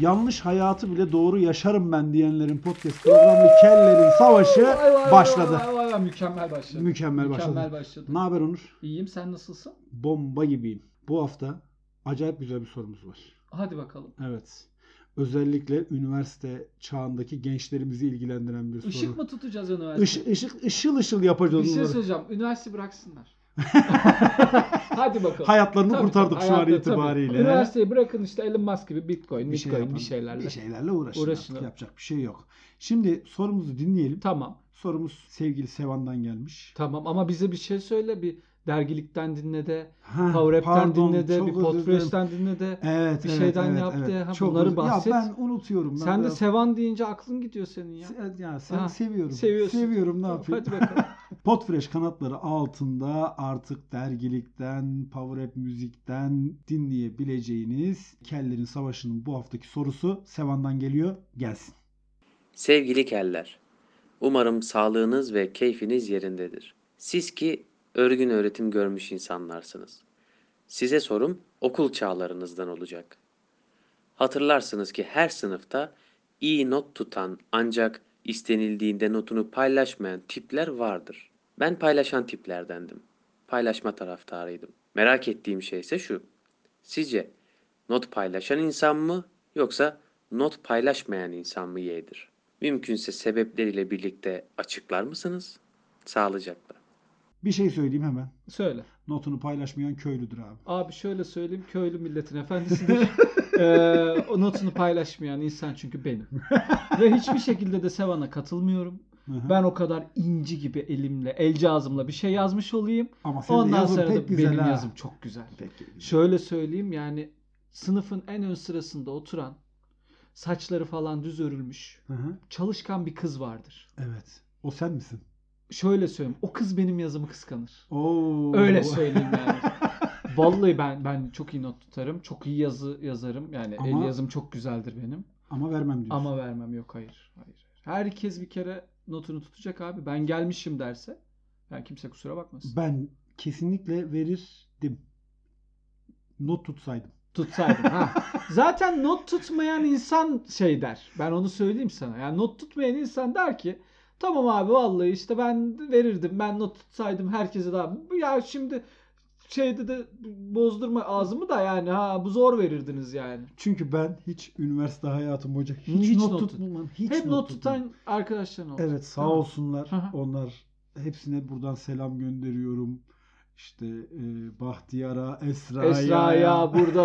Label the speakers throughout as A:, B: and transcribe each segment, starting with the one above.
A: yanlış hayatı bile doğru yaşarım ben diyenlerin podcast programı Kellerin Savaşı
B: Vay, vay, vay,
A: başladı.
B: vay, vay, vay. Mükemmel başladı.
A: Mükemmel başladı.
B: Mükemmel başladı.
A: Ne haber Onur?
B: İyiyim sen nasılsın?
A: Bomba gibiyim. Bu hafta acayip güzel bir sorumuz var.
B: Hadi bakalım.
A: Evet. Özellikle üniversite çağındaki gençlerimizi ilgilendiren bir soru.
B: Işık mı tutacağız üniversite?
A: Iş, ışık, ışıl ışıl yapacağız
B: Bir şey
A: onları.
B: söyleyeceğim. Üniversite bıraksınlar. Hadi bakalım.
A: Hayatlarını
B: Tabii,
A: kurtardık
B: tabii,
A: şu an
B: hayatta,
A: itibariyle.
B: Tabii. Üniversiteyi bırakın işte Elon Musk gibi Bitcoin,
A: Bir şey
B: Bitcoin bir
A: yapalım.
B: şeylerle.
A: Bir şeylerle uğraşın.
B: Uğraşın.
A: artık. Yapacak bir şey yok. Şimdi sorumuzu dinleyelim.
B: Tamam.
A: Sorumuz sevgili Sevan'dan gelmiş.
B: Tamam ama bize bir şey söyle. Bir dergilikten dinle de,
A: Ha,
B: Power App'ten
A: pardon,
B: dinle de,
A: çok
B: bir
A: özür dilerim.
B: Podfresh'ten dinle de.
A: Evet,
B: bir
A: evet,
B: şeyden
A: evet,
B: yaptı.
A: evet.
B: Ha, bunları
A: özür-
B: bahset.
A: Ya ben unutuyorum. Ben
B: Sen de
A: biraz-
B: Sevan deyince aklın gidiyor senin ya.
A: Se- ya sen
B: Ha,
A: seviyorum.
B: seviyorsun.
A: Seviyorum ne yapayım?
B: Hadi bakalım.
A: Podfresh kanatları altında artık dergilikten, Power App müzikten dinleyebileceğiniz Kellerin Savaşı'nın bu haftaki sorusu Sevan'dan geliyor. Gelsin.
C: Sevgili keller, umarım sağlığınız ve keyfiniz yerindedir. Siz ki örgün öğretim görmüş insanlarsınız. Size sorum okul çağlarınızdan olacak. Hatırlarsınız ki her sınıfta iyi not tutan ancak istenildiğinde notunu paylaşmayan tipler vardır. Ben paylaşan tiplerdendim. Paylaşma taraftarıydım. Merak ettiğim şey ise şu. Sizce not paylaşan insan mı yoksa not paylaşmayan insan mı Y'dir? Mümkünse sebepleriyle birlikte açıklar mısınız? Sağlıcakla.
A: Bir şey söyleyeyim hemen.
B: Söyle.
A: Notunu paylaşmayan köylüdür abi.
B: Abi şöyle söyleyeyim köylü milletin efendisidir. Ee, o notunu paylaşmayan insan çünkü benim. Ve hiçbir şekilde de Sevan'a katılmıyorum.
A: Hı-hı.
B: Ben o kadar inci gibi elimle, el cazımla bir şey yazmış olayım.
A: Ama senin de
B: Ondan
A: yazın
B: sonra
A: pek
B: da
A: güzel
B: benim
A: ha.
B: yazım çok güzel.
A: Pek güzel.
B: Şöyle söyleyeyim yani sınıfın en ön sırasında oturan, saçları falan düz örülmüş,
A: Hı-hı.
B: çalışkan bir kız vardır.
A: Evet. O sen misin?
B: Şöyle söyleyeyim o kız benim yazımı kıskanır.
A: Oo.
B: Öyle söyleyeyim yani. Vallahi ben ben çok iyi not tutarım. Çok iyi yazı yazarım. Yani
A: Ama-
B: el yazım çok güzeldir benim.
A: Ama vermem diyorsun.
B: Ama vermem yok hayır. Hayır. Herkes bir kere notunu tutacak abi. Ben gelmişim derse. Yani kimse kusura bakmasın.
A: Ben kesinlikle verirdim. Not tutsaydım.
B: Tutsaydım ha. Zaten not tutmayan insan şey der. Ben onu söyleyeyim sana. Yani not tutmayan insan der ki tamam abi vallahi işte ben verirdim. Ben not tutsaydım herkese daha. Ya şimdi şeyde de bozdurma ağzımı da yani ha bu zor verirdiniz yani.
A: Çünkü ben hiç üniversite hayatım boyunca hiç,
B: Hiç
A: not,
B: not tut-
A: tutmam. Hiç
B: Hep not
A: tutmam.
B: tutan arkadaşların oldu.
A: Evet sağ
B: Değil mi?
A: olsunlar.
B: Hı hı.
A: Onlar hepsine buradan selam gönderiyorum. İşte e, Bahtiyar'a, Esra'ya,
B: Esra ya burada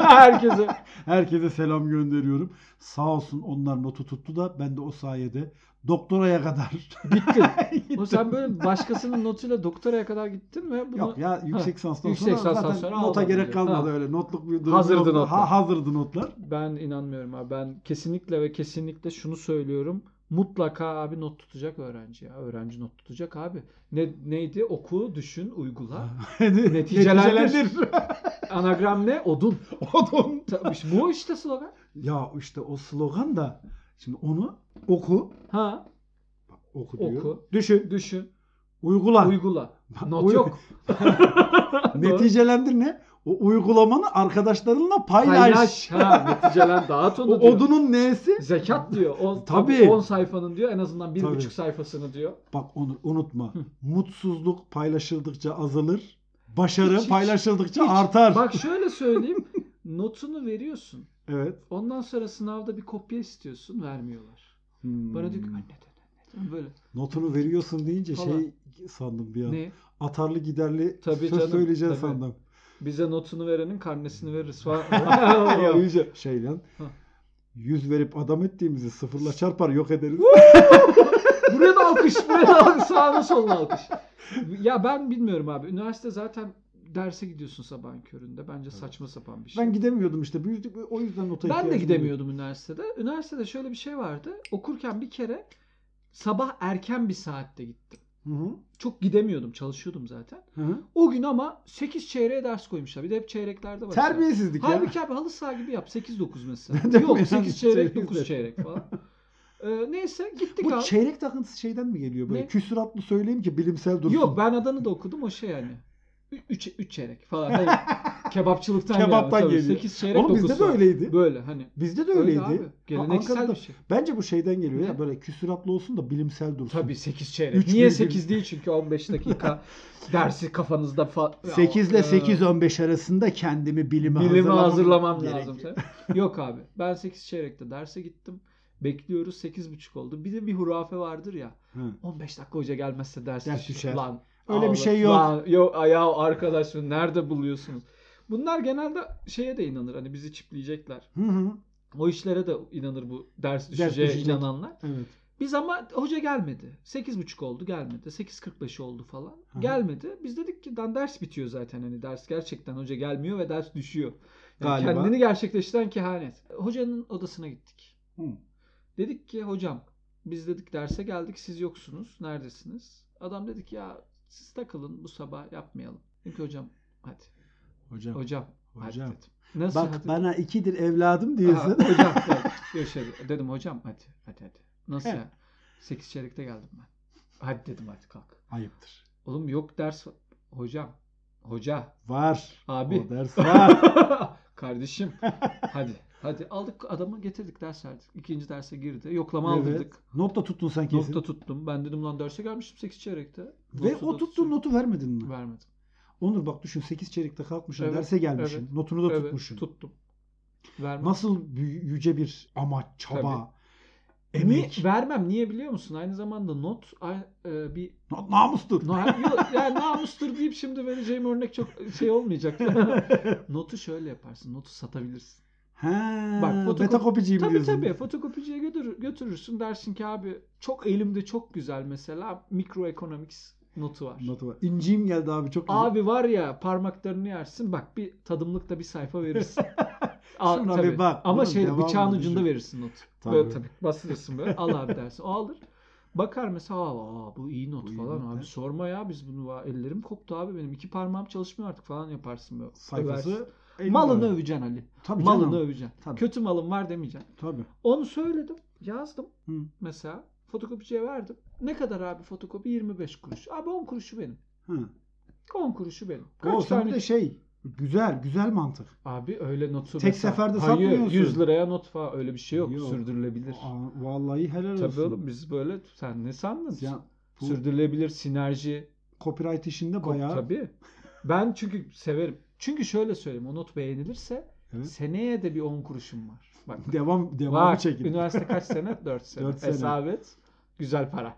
B: herkese.
A: herkese selam gönderiyorum. Sağ olsun onlar notu tuttu da ben de o sayede doktoraya kadar
B: Gittin.
A: gittim.
B: O sen böyle başkasının notuyla doktoraya kadar gittin ve bunu
A: Yok ya yüksek lisanstan
B: Yüksek
A: sonra
B: lisanstan
A: zaten
B: sonra
A: nota
B: almadım
A: gerek
B: diyor.
A: kalmadı
B: Ha.
A: öyle. Notluk bir durum
B: Hazırdı
A: yoktu.
B: notlar.
A: Ha, hazırdı notlar.
B: ben inanmıyorum abi. Ben kesinlikle ve kesinlikle şunu söylüyorum. Mutlaka abi not tutacak öğrenci ya. Öğrenci not tutacak abi. Ne neydi? Oku, düşün, uygula. Neticelendir. Anagram ne? Odun.
A: Odun.
B: Tabii işte bu işte slogan.
A: Ya işte o slogan da şimdi onu oku.
B: Ha,
A: Bak, oku diyor.
B: oku,
A: Düşün.
B: düşün,
A: Uygula.
B: uygula.
A: Bak,
B: Not
A: uy-
B: yok. Doğru.
A: Neticelendir ne? O uygulamanı arkadaşlarınla paylaş.
B: Paylaş. Ha, neticelen dağıt
A: O
B: onu diyor.
A: odunun nesi?
B: Zekat diyor. O,
A: E, Tabii.
B: tabii. 10 sayfanın diyor en azından bir
A: Tabii.
B: buçuk sayfasını diyor.
A: Bak onu unutma.
B: Hı.
A: Mutsuzluk paylaşıldıkça azalır. Başarı
B: Hiç- hiç-
A: paylaşıldıkça
B: hiç.
A: artar.
B: Bak şöyle söyleyeyim. notunu veriyorsun.
A: Evet.
B: Ondan sonra sınavda bir kopya istiyorsun. Vermiyorlar.
A: Hmm.
B: Bana diyor ki anne de anne de. Böyle.
A: Notunu veriyorsun deyince
B: Falan.
A: şey sandım bir an.
B: Ne?
A: Atarlı giderli
B: Tabii
A: söz
B: canım,
A: söyleyeceğim
B: tabii.
A: sandım.
B: Bize notunu verenin karnesini veririz falan.
A: Ya
B: Yok.
A: iyice şey lan.
B: Ha.
A: Yüz verip adam ettiğimizi sıfırla çarpar yok ederiz.
B: buraya da alkış. Buraya da alkış. Sağına soluna alkış. Ya ben bilmiyorum abi. Üniversite zaten derse gidiyorsun sabahın köründe. Bence saçma sapan bir şey.
A: ben gidemiyordum işte. Büyüdük o yüzden nota
B: Ben de
A: ihtiyacım
B: gidemiyordum üniversitede. Üniversitede şöyle bir şey vardı. Okurken bir kere sabah erken bir saatte gittim.
A: oldu.
B: Çok gidemiyordum. Çalışıyordum zaten.
A: Hı hı. Hı hı.
B: O gün ama 8 çeyreğe ders koymuşlar. Bir de hep çeyreklerde var.
A: Terbiyesizlik ya.
B: Halbuki abi halı saha gibi yap. 8-9
A: Ne
B: mesela.
A: demek
B: Yok
A: yani?
B: 8 çeyrek 9
A: Sekiz
B: çeyrek falan. Ee, neyse gittik
A: Bu
B: abi.
A: çeyrek takıntısı şeyden mi geliyor böyle?
B: Ne?
A: Küsuratlı söyleyeyim ki bilimsel dursun.
B: Yok ben Adana'da okudum o şey yani. 3 çeyrek falan. Hani Kebapçılıktan
A: Kebaptan
B: geldi.
A: geliyor.
B: 8 çeyrek
A: Oğlum bizde de
B: dokusu.
A: öyleydi.
B: Böyle hani.
A: Bizde de
B: Öyle
A: öyleydi.
B: abi. Geleneksel
A: Ankara'da-
B: bir şey.
A: Bence bu şeyden geliyor
B: Ne?
A: ya böyle küsuratlı olsun da bilimsel dursun.
B: Tabii 8 çeyrek.
A: Üç
B: Niye
A: virgül.
B: 8 değil çünkü 15 dakika dersi kafanızda falan.
A: 8 ile 8-15 arasında kendimi bilime,
B: Bilimi e, hazırlamam
A: gerekiyor.
B: lazım. tabii. Yok abi. Ben 8 çeyrekte derse gittim. Bekliyoruz 8.30 oldu. Bir de bir hurafe vardır ya.
A: Hı.
B: 15 dakika hoca gelmezse ders,
A: Ders düşer.
B: Lan,
A: Öyle bir
B: ağla-
A: şey yok.
B: Lan, yok ayağı arkadaş nerede buluyorsunuz? Bunlar genelde şeye de inanır. Hani bizi çipleyecekler.
A: Hı hı.
B: O işlere de inanır bu
A: Ders
B: ders düşeceğe
A: düşecek.
B: inananlar.
A: Evet.
B: Biz ama hoca gelmedi. 8.30 oldu gelmedi. 8.45 oldu falan.
A: Hı hı.
B: Gelmedi. Biz dedik ki "Lan ders bitiyor zaten. Hani ders gerçekten hoca gelmiyor ve ders düşüyor. Yani
A: Galiba.
B: kendini gerçekleştiren kehanet. Hocanın odasına gittik.
A: Hı.
B: Dedik ki hocam biz dedik derse geldik siz yoksunuz. Neredesiniz? Adam dedi ki ya siz takılın bu sabah yapmayalım. Dedim ki hocam hadi.
A: Hocam.
B: Hocam.
A: Hocam.
B: Hadi dedim. Nasıl
A: Bak
B: hadi?
A: bana ikidir evladım
B: Aha,
A: diyorsun.
B: hocam evet. Görüşelim. Dedim hocam hadi hadi hadi. Nasıl
A: Evet.
B: ya? 8 çeyrekte geldim ben. Hadi dedim hadi kalk.
A: Ayıptır.
B: Oğlum yok ders var. Hocam. Hoca.
A: Var.
B: Abi.
A: O ders var.
B: Kardeşim. Hadi. Hadi aldık adamı getirdik ders verdik. İkinci derse girdi. Yoklama
A: Evet.
B: aldırdık.
A: Nokta tuttun sen kesin.
B: Nokta tuttum. Ben dedim lan derse gelmiştim 8 çeyrekte.
A: Ve
B: Notu
A: o
B: da
A: tuttuğun
B: tutuyorum.
A: notu vermedin mi?
B: Vermedim.
A: Onur bak düşün 8 çeyrekte kalkmışsın
B: Evet,
A: derse gelmişsin.
B: evet.
A: notunu da
B: Evet,
A: tutmuşsun.
B: tuttum. Vermedim.
A: Nasıl büyü- yüce bir amaç, çaba, emek.
B: Ni- vermem. Niye biliyor musun? Aynı zamanda not ay- e, bir
A: Na- namustur.
B: Na, yo, yani namustur deyip şimdi vereceğim örnek çok şey olmayacak. Notu şöyle yaparsın. Notu satabilirsin.
A: He,
B: Bak,
A: Bak,
B: fotokopi-
A: metakopiciyim
B: Tabii
A: diyorsun.
B: tabii. Fotokopiciye götür, götürürsün. Dersin ki abi çok elimde çok güzel mesela microeconomics notu var.
A: Notu var. İnciğim geldi abi çok güzel.
B: Abi var ya parmaklarını yersin. Bak bir tadımlıkta bir sayfa verirsin. Al,
A: Şuna
B: tabii.
A: bir bak.
B: Ama
A: Bunun
B: şey
A: devamını
B: bıçağın ucunda
A: düşün.
B: verirsin notu.
A: Tabii.
B: Böyle tabii bastırırsın böyle. Al abi dersin. O alır. Bakar mesela aa, aa, bu iyi not
A: Bu iyi
B: falan
A: not
B: abi
A: ne?"
B: sorma ya biz bunu va- ellerim koptu abi benim iki parmağım çalışmıyor artık falan yaparsın böyle. Översin.
A: sayfası.
B: Malını öveceksin Ali.
A: Tabii
B: malını
A: canım.
B: öveceksin.
A: Tabii.
B: Kötü malın var demeyeceksin.
A: Tabii.
B: Onu söyledim. Yazdım.
A: Hı.
B: Mesela fotokopiciye verdim. Ne kadar abi fotokopi? 25 kuruş. Abi 10 kuruşu benim.
A: Hı.
B: 10 kuruşu benim. Kaç
A: O sen
B: tane
A: bir de şey güzel güzel mantık.
B: Abi öyle notu
A: Tek seferde
B: Hayır,
A: satmıyorsun.
B: 100 liraya not falan öyle bir şey yok.
A: Yok.
B: Sürdürülebilir.
A: Aa, vallahi helal olsun.
B: Tabii oğlum biz böyle sen ne sandın?
A: Ya, bu
B: Sürdürülebilir sinerji.
A: copyright işinde bayağı
B: Tabii. Ben çünkü severim. Çünkü şöyle söyleyeyim o not beğenilirse
A: Evet.
B: seneye de bir 10 kuruşum var. Bak.
A: devam devamı
B: Bak
A: çekin.
B: üniversite kaç sene? 4 sene.
A: Dört sene.
B: Hesap et. Güzel para.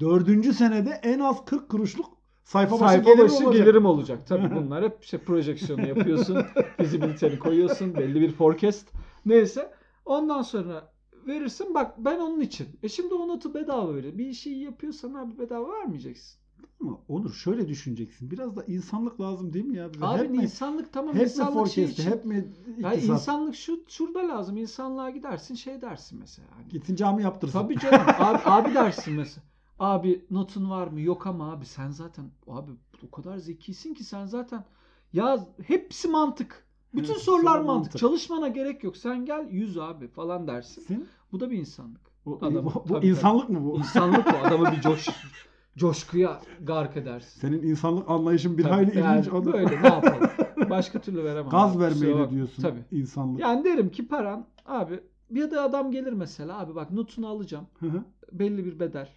A: Dördüncü senede en az 40 kuruşluk sayfa başı
B: Sayfa
A: geliri
B: başı
A: olacak.
B: gelirim olacak. Tabii bunlar hep şey projeksiyonu yapıyorsun. Fizibiliteni koyuyorsun. Belli bir forecast. Neyse. Ondan sonra verirsin. Bak ben onun için. E şimdi o notu bedava verir. Bir işi iyi yapıyorsan abi bedava vermeyeceksin.
A: Ama Onur şöyle düşüneceksin. Biraz da insanlık lazım değil mi ya? Bize
B: abi
A: hep mi,
B: insanlık tamam
A: hep mi
B: insanlık şey
A: forecast'i,
B: için.
A: hep mi
B: Ya
A: iktisat?
B: insanlık şu şurada lazım. İnsanlığa gidersin şey dersin mesela. Hani
A: Gitsin cami yaptırsın.
B: Tabii canım. Abi, abi dersin mesela. Abi notun var mı? Yok ama abi sen zaten abi o kadar zekisin ki sen zaten ya hepsi mantık. Bütün
A: Evet,
B: sorular
A: soru
B: mantık.
A: mantık.
B: Çalışmana gerek yok. Sen gel 100 abi falan dersin.
A: Gitsin.
B: Bu da bir insanlık.
A: Bu,
B: Adam-
A: bu- bu
B: tabii,
A: insanlık mı bu?
B: İnsanlık bu. Adamı bir coş, coşkuya gark edersin.
A: Senin insanlık anlayışın bir
B: Tabii,
A: hayli
B: yani
A: ilginç. Onur.
B: Böyle ne yapalım? Başka türlü veremem.
A: Gaz
B: abi, kusura
A: vermeyle
B: bakma.
A: diyorsun
B: Tabii.
A: insanlık.
B: Yani derim ki paran abi bir de adam gelir mesela abi bak notunu alacağım.
A: Hı hı,
B: Belli bir bedel.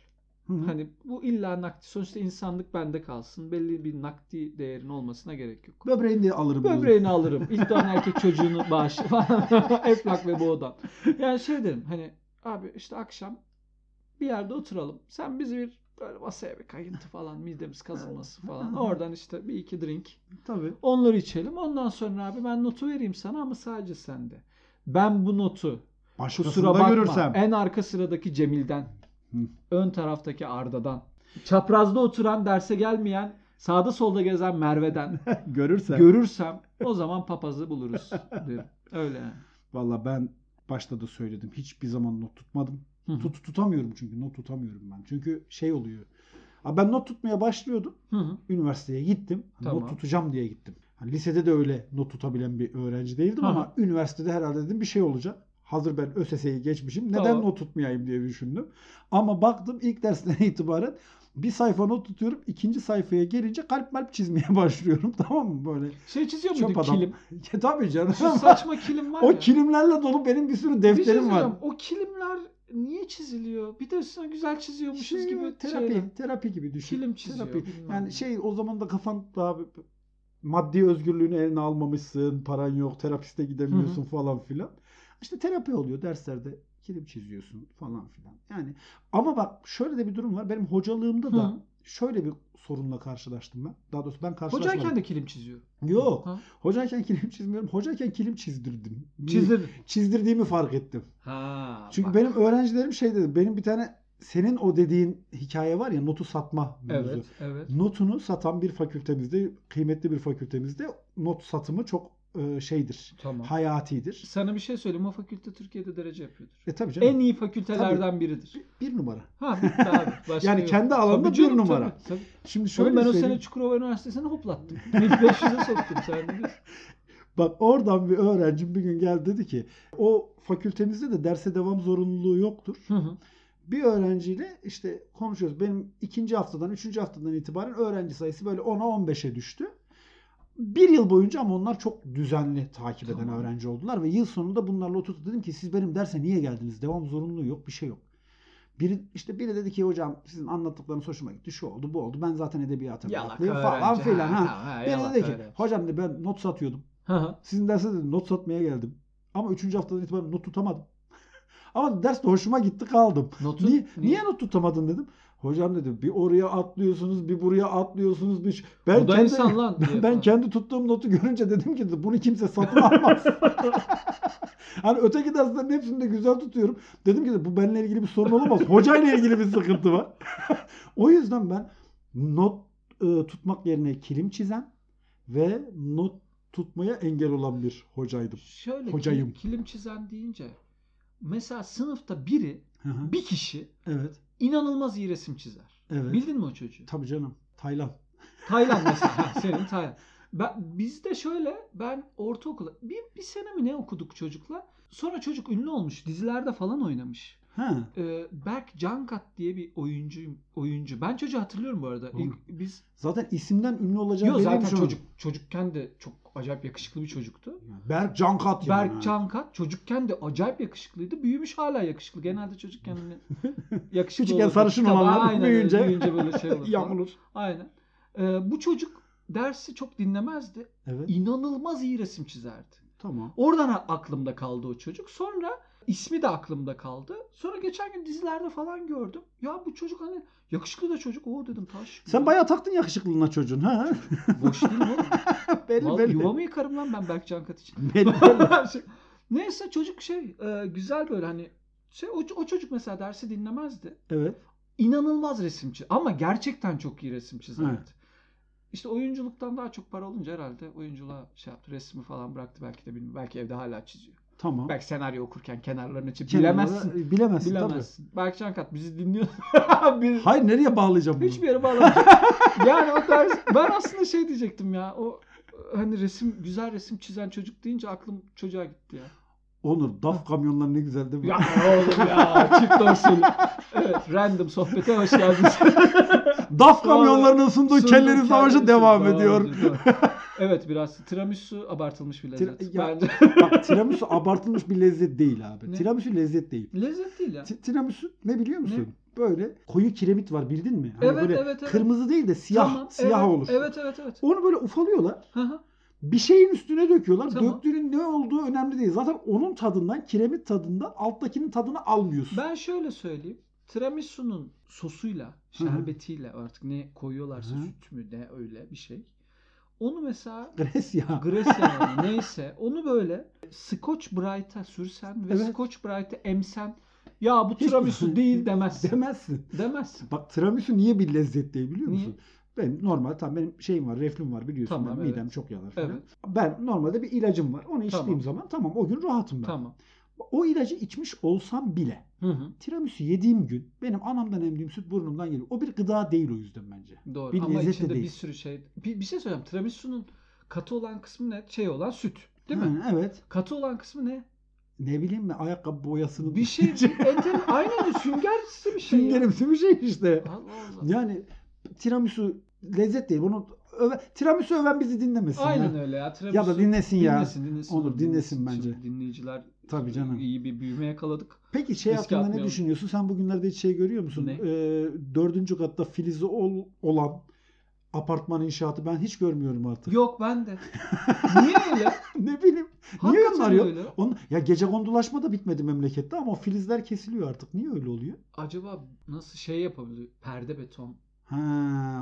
A: hı hı.
B: Hani bu illa nakdi. Sonuçta insanlık bende kalsın. Belli bir nakdi değerin olmasına gerek yok.
A: Böbreğini de alırım.
B: Böbreğini alırım. İlk doğan erkek çocuğunu bağışla falan. Eflak ve boğdan. Yani şey derim hani abi işte akşam bir yerde oturalım. Sen bizi bir böyle masaya bir kayıntı falan midemiz kazınması falan. Oradan işte bir iki drink.
A: diyorsun. Tabii.
B: Onları içelim. Ondan sonra abi ben notu vereyim sana ama sadece sende. Ben bu notu
A: Başkasında
B: Kusura bakma.
A: görürsem.
B: En arka sıradaki Cemil'den.
A: Hı.
B: Ön taraftaki Arda'dan. Çaprazda oturan, derse gelmeyen, sağda solda gezen Merve'den.
A: Görürsem.
B: Görürsem o zaman papazı buluruz. derim. Öyle yani.
A: Valla ben başta da söyledim. Hiçbir zaman not tutmadım.
B: Hı hı.
A: Tut, tutamıyorum çünkü. Not tutamıyorum ben. Çünkü şey oluyor. Abi ben not tutmaya başlıyordum.
B: Hı hı.
A: Üniversiteye gittim. Hani
B: Tamam.
A: Not tutacağım diye gittim. Hani lisede de öyle not tutabilen bir öğrenci değildim
B: Hı hı.
A: ama üniversitede herhalde dedim bir şey olacak. Hazır ben ÖSS'yi geçmişim. Neden
B: Tamam.
A: not tutmayayım diye düşündüm. Ama baktım ilk dersten itibaren Bir sayfa not tutuyorum. ikinci sayfaya gelince kalp malp çizmeye başlıyorum. Tamam mı? Böyle.
B: Şey çiziyor
A: Çöp
B: muydun
A: adam.
B: kilim?
A: Ya tabii canım.
B: Şu saçma kilim var ya.
A: o kilimlerle dolu benim bir sürü
B: Bir şey
A: defterim var.
B: söyleyeceğim, O kilimler niye çiziliyor? Bir de üstüne güzel çiziyormuşuz
A: Şey,
B: gibi
A: terapi,
B: şeyler.
A: terapi gibi düşün.
B: Kilim çiziyor,
A: Terapi.
B: bilmem ne.
A: Yani şey o zaman da kafan daha bir- maddi özgürlüğünü eline almamışsın, paran yok, terapiste gidemiyorsun falan filan. İşte terapi oluyor derslerde kilim çiziyorsun falan filan. Yani ama bak şöyle de bir durum var. Benim hocalığımda da
B: Hı.
A: şöyle bir sorunla karşılaştım ben. Daha doğrusu ben karşılaşmadım.
B: Hocayken de kilim çiziyor.
A: Yok.
B: Ha?
A: Hocayken kilim çizmiyorum. Hocayken kilim çizdirdim.
B: Çizdir.
A: Çizdirdiğimi fark ettim.
B: Ha.
A: Çünkü
B: bak.
A: benim öğrencilerim şey dedi. Benim bir tane senin o dediğin hikaye var ya notu satma mevzu.
B: Evet, evet.
A: Notunu satan bir fakültemizde, kıymetli bir fakültemizde not satımı çok e, şeydir.
B: Tamam.
A: Hayatidir.
B: Sana bir şey söyleyeyim. O fakülte Türkiye'de derece yapıyordur.
A: E tabii canım.
B: En iyi fakültelerden biridir.
A: bir numara.
B: Ha bitti abi. Başka
A: Yani
B: yok.
A: kendi alanında
B: Tabii canım,
A: bir numara.
B: Tabii, tabii.
A: Şimdi
B: Oğlum
A: şöyle
B: ben o
A: söyleyeyim.
B: sene Çukurova Üniversitesi'ne hoplattım. 1500'e soktum sen ne diyorsun?
A: Bak oradan bir öğrencim bir gün geldi dedi ki o fakültemizde de derse devam zorunluluğu yoktur.
B: Hı hı.
A: Bir öğrenciyle işte konuşuyoruz. Benim ikinci haftadan, üçüncü haftadan itibaren öğrenci sayısı böyle 10'a 15'e düştü. Bir yıl boyunca ama onlar çok düzenli takip eden
B: Tamam.
A: öğrenci oldular ve yıl sonunda bunlarla oturttu. Dedim ki siz benim derse niye geldiniz? Devam zorunluluğu yok, bir şey yok. Biri, işte biri dedi ki hocam sizin anlattıklarınız hoşuma gitti. Şu oldu, bu oldu. Ben zaten edebiyata
B: Yalak
A: meraklıyım falan
B: öğrenci.
A: filan. Ha.
B: tamam, ha,
A: Biri
B: yalak
A: dedi ki
B: öğrenci.
A: hocam dedi, ben not satıyordum.
B: Hı hı.
A: Sizin derse dedim not satmaya geldim. Ama üçüncü haftadan itibaren not tutamadım. ama ders de hoşuma gitti kaldım.
B: Notu,
A: Niye, niye not tutamadın dedim. Hocam dedi bir oraya atlıyorsunuz bir buraya atlıyorsunuz. Bir... ş- Ben,
B: Bu da
A: kendi,
B: insan lan. diye.
A: ben kendi tuttuğum notu görünce dedim ki bunu kimse satın almaz. hani öteki derslerin hepsini de güzel tutuyorum. Dedim ki bu benimle ilgili bir sorun olamaz. Hocayla ilgili bir sıkıntı var. o yüzden ben not e, tutmak yerine kilim çizen ve not tutmaya engel olan bir hocaydım.
B: Şöyle ki-
A: Hocayım.
B: kilim çizen deyince mesela sınıfta biri
A: Hı hı.
B: bir kişi
A: evet.
B: inanılmaz iyi resim çizer.
A: Evet.
B: Bildin mi o çocuğu?
A: Tabii canım. Taylan.
B: Tayland mesela. Ha, Senin Tayland. Ben, bizde şöyle ben ortaokula bir, bir sene mi ne okuduk çocukla. Sonra çocuk ünlü olmuş. Dizilerde falan oynamış.
A: Ha.
B: Ee, Berk Cankat diye bir oyuncuyum. Oyuncu. Ben çocuğu hatırlıyorum bu arada.
A: Oğlum.
B: İlk, biz
A: Zaten isimden ünlü olacağı şey
B: Yo,
A: belliymiş
B: zaten
A: onun.
B: çocuk çocukken de çok acayip yakışıklı bir çocuktu.
A: Berk Cankat yani.
B: Berk Cankat çocukken de acayip yakışıklıydı. Büyümüş hala yakışıklı. Genelde çocukken hani yakışıklı
A: Küçükken
B: olur.
A: sarışın
B: Tabii,
A: olanlar
B: aynen öyle.
A: büyüyünce-
B: büyüyünce böyle şey olur. falan.
A: Yağmur.
B: Aynen. Ee, bu çocuk dersi çok dinlemezdi.
A: Evet.
B: İnanılmaz iyi resim çizerdi.
A: Tamam.
B: Oradan a- aklımda kaldı o çocuk. Sonra ismi de aklımda kaldı. Sonra geçen gün dizilerde falan gördüm. Ya bu çocuk hani yakışıklı da çocuk. O dedim taş.
A: Sen
B: Ya,
A: bayağı taktın yakışıklılığına çocuğun ha.
B: boş değil mi? oğlum?
A: belli
B: Vallahi
A: belli.
B: Yuvamı yıkarım lan ben Berk Cankat için.
A: belli belli.
B: Neyse çocuk şey e, güzel böyle hani şey o, o çocuk mesela dersi dinlemezdi.
A: Evet.
B: İnanılmaz resimçi ama gerçekten çok iyi resim çizerdi.
A: Evet.
B: İşte oyunculuktan daha çok para olunca herhalde oyunculuğa şey yaptı resmi falan bıraktı belki de bilmiyorum. Belki evde hala çiziyor.
A: Tamam.
B: Belki senaryo okurken kenarlarını çiz.
A: Kenarlara-
B: Bilemezsin.
A: Bilemezsin,
B: Bilemezsin. Berk Cankat bizi dinliyor.
A: tabii.
B: Biz
A: Hayır nereye bağlayacağım bunu?
B: hiçbir yere bağlanacak. yani o tarz ben aslında şey diyecektim ya o hani resim güzel resim çizen çocuk deyince aklım çocuğa gitti ya.
A: Onur DAF kamyonları ne güzel değil mi?
B: Ya oğlum ya çift dorsiyeli. Evet random sohbete hoş geldiniz.
A: DAF kamyonlarının sunduğu
B: Sunduk
A: kellerin savaşı
B: kendisi.
A: devam ediyor.
B: devam. evet biraz tiramisu abartılmış bir lezzet.
A: Tira- ya-
B: Bence
A: Bak tiramisu abartılmış bir lezzet değil abi.
B: Ne?
A: Tiramisu lezzet değil.
B: lezzet değil ya.
A: Ti- Tiramisu ne biliyor musun? Böyle koyu kiremit var bildin mi? Hani
B: Evet,
A: böyle
B: evet, evet.
A: kırmızı değil de siyah
B: Tamam,
A: siyah
B: evet,
A: olur.
B: Evet evet evet.
A: Onu böyle ufalıyorlar.
B: Hı hı.
A: bir şeyin üstüne döküyorlar.
B: Tamam.
A: Döktüğünün ne olduğu önemli değil. Zaten onun tadından, kiremit tadından alttakinin tadını almıyorsun.
B: ben şöyle söyleyeyim. Tiramisu'nun sosuyla,
A: Hı hı.
B: şerbetiyle artık ne koyuyorlarsa
A: Hı hı.
B: süt mü ne öyle bir şey. Onu mesela
A: Gres ya.
B: Gresya yani neyse onu böyle Scotch Brite'a sürsen ve
A: Evet. şey
B: Scotch Brite'ı emsen ya bu
A: Hiç-
B: tiramisu değil demezsin.
A: Demezsin.
B: demezsin.
A: Bak tiramisu niye bir lezzet değil biliyor
B: Niye?
A: musun? Benim normal tam benim şeyim var, reflüm var biliyorsun.
B: Tamam,
A: ben,
B: evet.
A: Midem çok yanar falan.
B: Evet
A: Ben normalde bir ilacım var. Onu içtiğim
B: Tamam.
A: zaman tamam o gün rahatım ben.
B: tamam.
A: O ilacı içmiş olsam bile
B: Hı hı.
A: tiramisu yediğim gün benim anamdan emdiğim süt burnumdan geliyor. O bir gıda değil o yüzden bence.
B: Doğru
A: Bir
B: ama
A: lezzet de
B: içinde
A: değil.
B: bir sürü şey. Bir, bir şey söyleyeyim. Tiramisu'nun katı olan kısmı ne? Şey olan süt. Değil mi?
A: Hı, Evet.
B: Katı olan kısmı ne?
A: Ne bileyim mi ayakkabı boyasını
B: Bir şey eten aynen süngersi bir şey. ya.
A: süngerimsi bir şey işte.
B: Allah Allah.
A: Yani tiramisu lezzet değil. Bunu öve, tiramisu öven bizi dinlemesin.
B: Aynen
A: ya.
B: öyle ya. Tiramisu.
A: Ya da dinlesin ya.
B: Dinlesin, dinlesin.
A: Olur, dinlesin bence.
B: Şimdi dinleyiciler
A: Tabii canım.
B: iyi bir büyüme yakaladık.
A: Peki şey
B: Riske
A: hakkında ne
B: atmayalım.
A: düşünüyorsun? Sen bugünlerde hiç şey görüyor musun?
B: Ne?
A: Ee, dördüncü katta filizi ol, olan apartman inşaatı ben hiç görmüyorum artık.
B: Yok ben de. Niye öyle?
A: ne bileyim. Niye
B: Hakikaten
A: onlar yok?
B: öyle.
A: Onun, ya gece kondulaşma da bitmedi memlekette ama o filizler kesiliyor artık. Niye öyle oluyor?
B: Acaba nasıl şey yapabiliyor? Perde beton
A: Ha,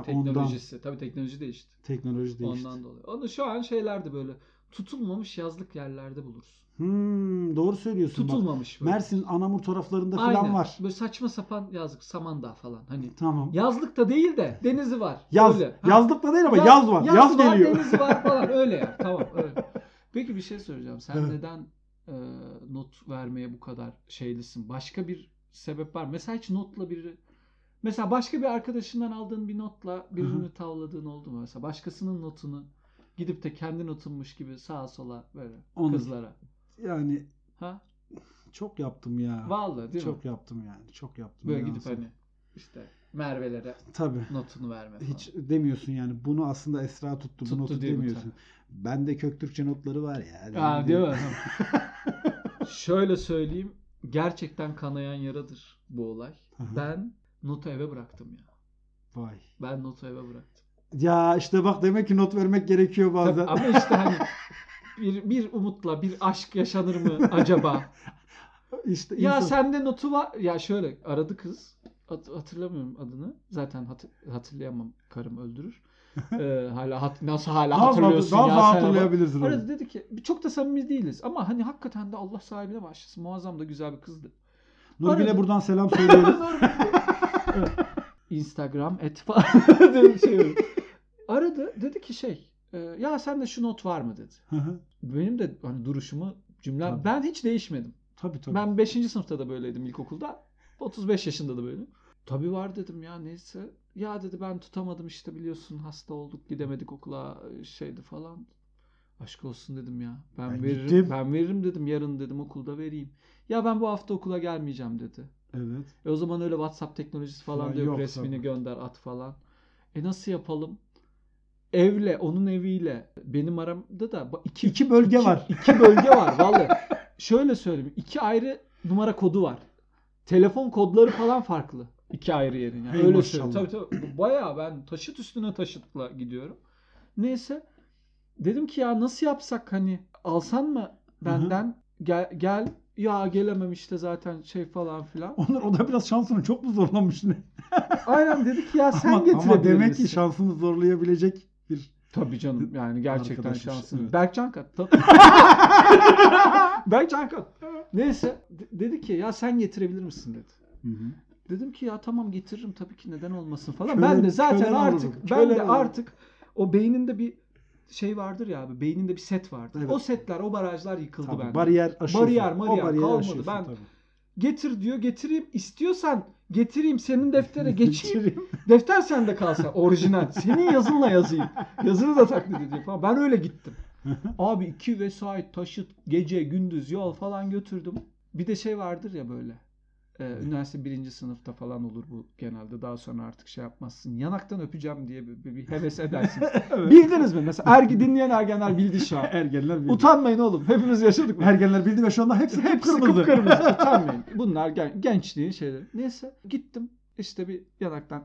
A: ondan
B: teknolojisi. Tabii teknoloji değişti.
A: teknoloji değişti.
B: Ondan dolayı. Onu şu an şeylerde böyle tutulmamış yazlık yerlerde bulursun.
A: Hmm, doğru söylüyorsun. bak.
B: Tutulmamış böyle.
A: Mersin, Anamur taraflarında falan
B: Aynen.
A: var.
B: Böyle saçma sapan yazlık Samandağ falan. Hani
A: Tamam.
B: yazlık da değil de denizi var.
A: Yaz.
B: Öyle. Ha.
A: Yazlık da değil ama yaz var. Yaz,
B: var,
A: geliyor.
B: Deniz var falan öyle ya. Tamam öyle. Peki bir şey söyleyeceğim. Sen
A: Evet.
B: neden e, not vermeye bu kadar şeylisin? Başka bir sebep var mı? Mesela hiç notla biri mesela başka bir arkadaşından aldığın bir notla birini tavladığın oldu mu? Mesela başkasının notunu gidip de kendi notunmuş gibi sağa sola böyle
A: Onu-
B: kızlara.
A: Yani
B: Ha?
A: çok yaptım ya.
B: Vallahi değil mi?
A: çok yaptım yani. Çok yaptım.
B: Böyle
A: ya.
B: gidip hani işte Merve'lere
A: Tabii.
B: notunu verme falan.
A: Hiç demiyorsun yani. Bunu aslında Esra tuttu.
B: Tuttu
A: bunu tuttu
B: değil mi?
A: demiyorsun. Bende Köktürkçe notları var ya. Hadi
B: Ha,
A: gidelim.
B: değil mi? Şöyle söyleyeyim. Gerçekten kanayan yaradır bu olay.
A: Hı hı.
B: Ben notu eve bıraktım ya.
A: Vay.
B: Ben notu eve bıraktım.
A: Ya işte bak demek ki not vermek gerekiyor bazen.
B: Tabii, ama işte hani bir, bir umutla bir aşk yaşanır mı acaba?
A: işte
B: ya
A: insan-
B: sende notu var. Ya şöyle aradı kız. Hat- hatırlamıyorum adını. Zaten hatır- hatırlayamam. Karım öldürür. Ee, hala hat- nasıl hala
A: Daha fazla-
B: hatırlıyorsun
A: daha
B: ya
A: fazla
B: sen ama-
A: hatırlayabilirsin. onu.
B: Arada dedi ki çok da samimi değiliz ama hani hakikaten de Allah sahibine başlasın. Muazzam da güzel bir kızdı.
A: Nurgül'e
B: Arada-
A: buradan selam söyleyelim.
B: şey. Instagram et falan diye bir şey yok. Aradı dedi ki şey e, ya sende şu not var mı dedi.
A: Hı hı.
B: Benim de hani duruşumu cümlem
A: Tabii.
B: ben hiç değişmedim.
A: tabii tabii.
B: Ben 5. sınıfta da böyleydim ilkokulda. 35 yaşında da böyle. Tabii var dedim ya neyse. Ya dedi ben tutamadım işte biliyorsun hasta olduk gidemedik okula şeydi falan. Aşk olsun dedim ya. Ben,
A: Ben
B: veririm
A: gittim.
B: ben veririm dedim yarın dedim okulda vereyim. Ya ben bu hafta okula gelmeyeceğim dedi.
A: Evet.
B: E o zaman öyle WhatsApp teknolojisi falan
A: Falan
B: diyor
A: yok
B: resmini
A: tabii.
B: gönder at falan. E nasıl yapalım? Evle, onun eviyle benim aramda da ba- iki,
A: İki bölge
B: iki-
A: var.
B: iki bölge var vallahi. Şöyle söyleyeyim. iki ayrı numara kodu var. Telefon kodları falan farklı. İki ayrı yerin. Yani.
A: Hey
B: Öyle
A: maşallah.
B: söyleyeyim. Tabii tabii. Bayağı ben taşıt üstüne taşıtla gidiyorum. Neyse. Dedim ki ya nasıl yapsak hani alsan mı benden gel, gel ya gelemem işte zaten şey falan filan.
A: Onlar o da biraz şansını çok mu zorlamış ne?
B: Aynen dedik ya sen
A: ama,
B: getirebilir
A: ama demek
B: misin?
A: ki şansını zorlayabilecek bir
B: Tabii canım yani gerçekten
A: Arkadaşmış,
B: şansın.
A: evet.
B: Berkcan Kat. tabii. Berkcan Kat. Neyse de- dedi ki ya sen getirebilir misin dedi. Dedim ki ya tamam getiririm tabii ki neden olmasın falan.
A: Kölen-
B: ben de zaten
A: kölen
B: artık
A: olurum,
B: ben de
A: kölen olurum.
B: artık o beyninde bir şey vardır ya abi beyninde bir set vardır.
A: Evet.
B: O setler o barajlar yıkıldı
A: Tabii,
B: bende.
A: bariyer aşıyorsun.
B: Bariyer,
A: O
B: mariyer
A: bariyeri
B: kalmadı.
A: aşıyorsun
B: Ben-
A: tabii.
B: Getir diyor getireyim istiyorsan getireyim senin deftere geçeyim.
A: Geçireyim.
B: Defter sende kalsa orijinal. Senin yazınla yazayım. Yazını da taklit edeyim falan. Ben öyle gittim. Abi iki vesait taşıt gece gündüz yol falan götürdüm. Bir de şey vardır ya böyle. Ee, üniversite birinci sınıfta falan olur bu genelde. Daha sonra artık şey yapmazsın. Yanaktan öpeceğim diye bir, bir- bir heves edersin.
A: Evet.
B: Bildiniz mi? Mesela ergi dinleyen ergenler bildi şu an.
A: Ergenler bildi.
B: Utanmayın oğlum. Hepimiz yaşadık. bunu.
A: Ergenler bildi ve şu anda hepsi,
B: Hepsi
A: kıpkırmızı.
B: kıpkırmızı. Utanmayın. Bunlar gen- gençliğin şeyleri. Neyse gittim. işte bir yanaktan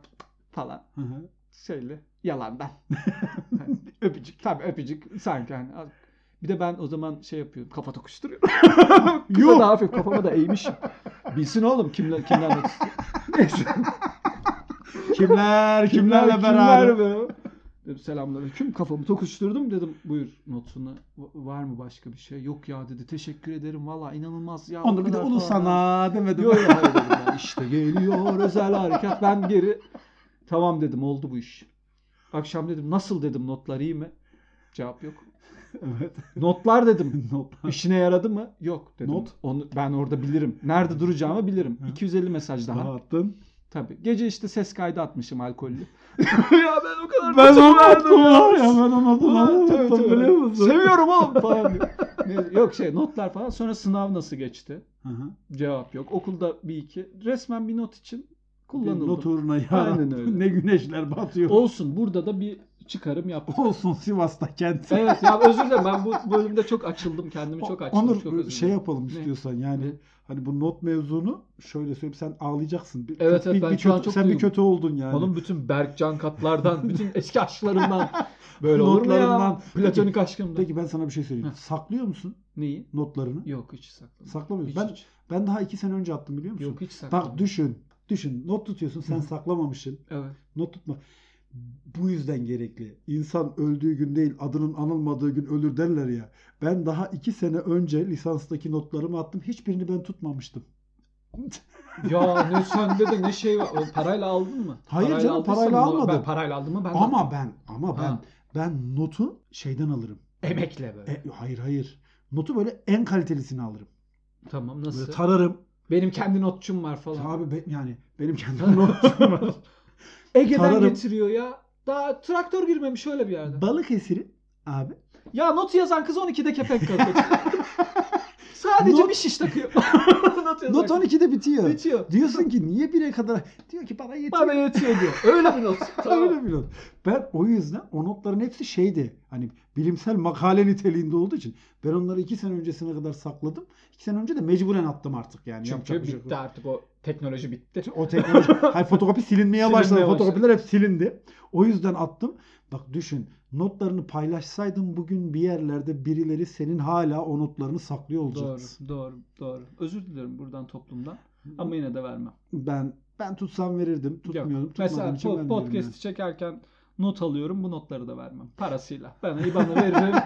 B: falan
A: Hı hı.
B: şeyle yalandan. Hani öpücük. Tabii öpücük sanki hani. az- Bir de ben o zaman şey yapıyorum. Kafa tokuşturuyorum. Kıza
A: Yuh!
B: da hafif kafama da eğmişim. Bilsin oğlum kimle, kimden not istiyor. Neyse.
A: kimler, kimlerle
B: Kimler,
A: beraber.
B: kimler be? Dedim selamünaleyküm. Kafamı tokuşturdum dedim. Buyur notunu. Va- Var mı başka bir şey? Yok ya dedi. Teşekkür ederim. Valla inanılmaz ya. o
A: Onu bir de
B: kadar
A: onu
B: falan."
A: sana demedim.
B: Yok ya hayır dedim ben. İşte geliyor özel harekat. Ben geri tamam dedim oldu bu iş. Akşam dedim nasıl dedim notlar iyi mi? Cevap yok.
A: evet.
B: Notlar dedim.
A: Not.
B: İşine yaradı mı? Yok dedim.
A: Not.
B: Onu, ben orada bilirim. Nerede duracağımı bilirim.
A: Hı.
B: 250 mesaj daha.
A: şey Daha attın.
B: Tabii. Gece işte ses kaydı atmışım alkollü. ya ben o kadar
A: Ben
B: notum
A: onu
B: verdim
A: attım ya. ya. Ben onu attım.
B: Ulan,
A: Ben
B: tabii, tabii.
A: biliyor musun?
B: Seviyorum oğlum falan diyor. Neyse, Yok şey notlar falan. Sonra sınav nasıl geçti?
A: Hı hı.
B: Cevap yok. Okulda bir iki. Resmen bir not için
A: Bir
B: kullanıldım.
A: Not uğruna ya.
B: Aynen öyle.
A: ne güneşler batıyor.
B: Olsun burada da bir çıkarım yaptım.
A: Olsun Sivas'ta kent.
B: evet ya özür dilerim ben bu bölümde çok açıldım kendimi çok açtım.
A: Onur
B: çok özür
A: şey
B: dilerim.
A: yapalım istiyorsan yani
B: Ne?
A: hani bu not mevzunu şöyle söyleyeyim sen ağlayacaksın. Bir,
B: Evet,
A: bir- bir,
B: evet, ben
A: bir
B: şu an
A: kötü-
B: çok
A: sen bir
B: duygum-
A: kötü oldun yani.
B: Onun bütün Berkcan katlardan, bütün eski aşklarından böyle olur mu
A: Notlarından.
B: ya? Platonik aşkımdan.
A: Peki ben sana bir şey söyleyeyim.
B: Heh.
A: Saklıyor musun
B: Neyi?
A: notlarını?
B: Yok hiç saklamıyorum.
A: Saklamıyorsun.
B: Hiç,
A: Ben
B: hiç.
A: ben daha iki sene önce attım biliyor musun?
B: Yok hiç saklamıyorum.
A: Bak düşün. Düşün. Not tutuyorsun. Sen
B: Hı.
A: saklamamışsın.
B: Evet.
A: Not tutma. Bu yüzden gerekli. İnsan öldüğü gün değil adının anılmadığı gün ölür derler ya. Ben daha iki sene önce lisanstaki notlarımı attım. Hiçbirini ben tutmamıştım.
B: Ya ne sende de ne şey var. O Parayla aldın mı?
A: Hayır canım,
B: aldıysan
A: parayla
B: bu-
A: almadım.
B: Ben parayla aldım mı? Ben
A: Ama ben ama ben
B: Ha.
A: ben notu şeyden alırım.
B: emekle böyle.
A: E, hayır hayır. Notu böyle en kalitelisini alırım.
B: tamam nasıl?
A: Böyle tararım.
B: Benim kendi notçum var falan.
A: Abi ben, yani benim kendim notum var.
B: Ege'den
A: Tararım.
B: getiriyor ya. Daha traktör girmemiş öyle bir yerde.
A: Balıkesir'i abi
B: ya notu yazan kız 12'de kepek kalkıyor. Sadece
A: Not-
B: bir şiş takıyor. not yazan
A: not
B: kız.
A: 12'de bitiyor.
B: Bitiyor.
A: Diyorsun ki niye 1'e kadar? Diyor ki bana yetiyor.
B: Bana yetiyor diyor. Öyle bir not. Tamam.
A: Öyle bir not. Ben o yüzden o notların hepsi şeydi. Hani bilimsel makale niteliğinde olduğu için ben onları iki sene öncesine kadar sakladım. İki sene önce de mecburen attım artık yani.
B: Çünkü
A: yapacak bir şey
B: bitti
A: yok.
B: artık o teknoloji bitti.
A: O teknoloji, hayır fotokopi silinmeye
B: Silinmeye
A: başladı.
B: başladı.
A: Fotokopiler hep silindi. O yüzden attım. Bak düşün notlarını paylaşsaydın bugün bir yerlerde birileri senin hala o notlarını saklıyor
B: Doğru,
A: olacaktı.
B: doğru, doğru. Özür diliyorum buradan toplumdan ama yine de vermem.
A: Ben ben tutsam verirdim. Tutmuyorum.
B: Yok. Mesela
A: Tutmadığım için
B: po-
A: vermiyorum
B: podcast'i
A: yani.
B: çekerken not alıyorum. Bu notları da vermem. Parasıyla. Ben IBAN'ı veririm.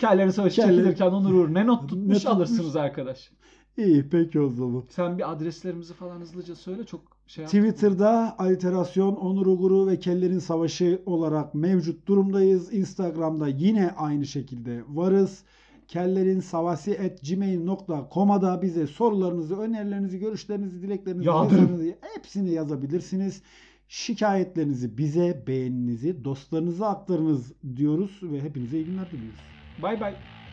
B: Kelleri savaşı
A: Kelleri-
B: çekilirken Onur Uğur ne not
A: Ne
B: tutmuş
A: tutmuş?
B: alırsınız arkadaş.
A: İyi peki o zaman.
B: Sen bir adreslerimizi falan hızlıca söyle çok şey yapma.
A: Twitter'da Aliterasyon Onur Uguru ve Kellerin Savaşı olarak mevcut durumdayız. Instagram'da yine aynı şekilde varız. Kellerin Savaşı at gmail.com'a da bize sorularınızı, önerilerinizi, görüşlerinizi, dileklerinizi,
B: Yağdırın.
A: mesajlarınızı hepsini yazabilirsiniz. Şikayetlerinizi bize, beğeninizi, dostlarınıza aktarınız diyoruz ve hepinize iyi günler diliyoruz.
B: Bay bay.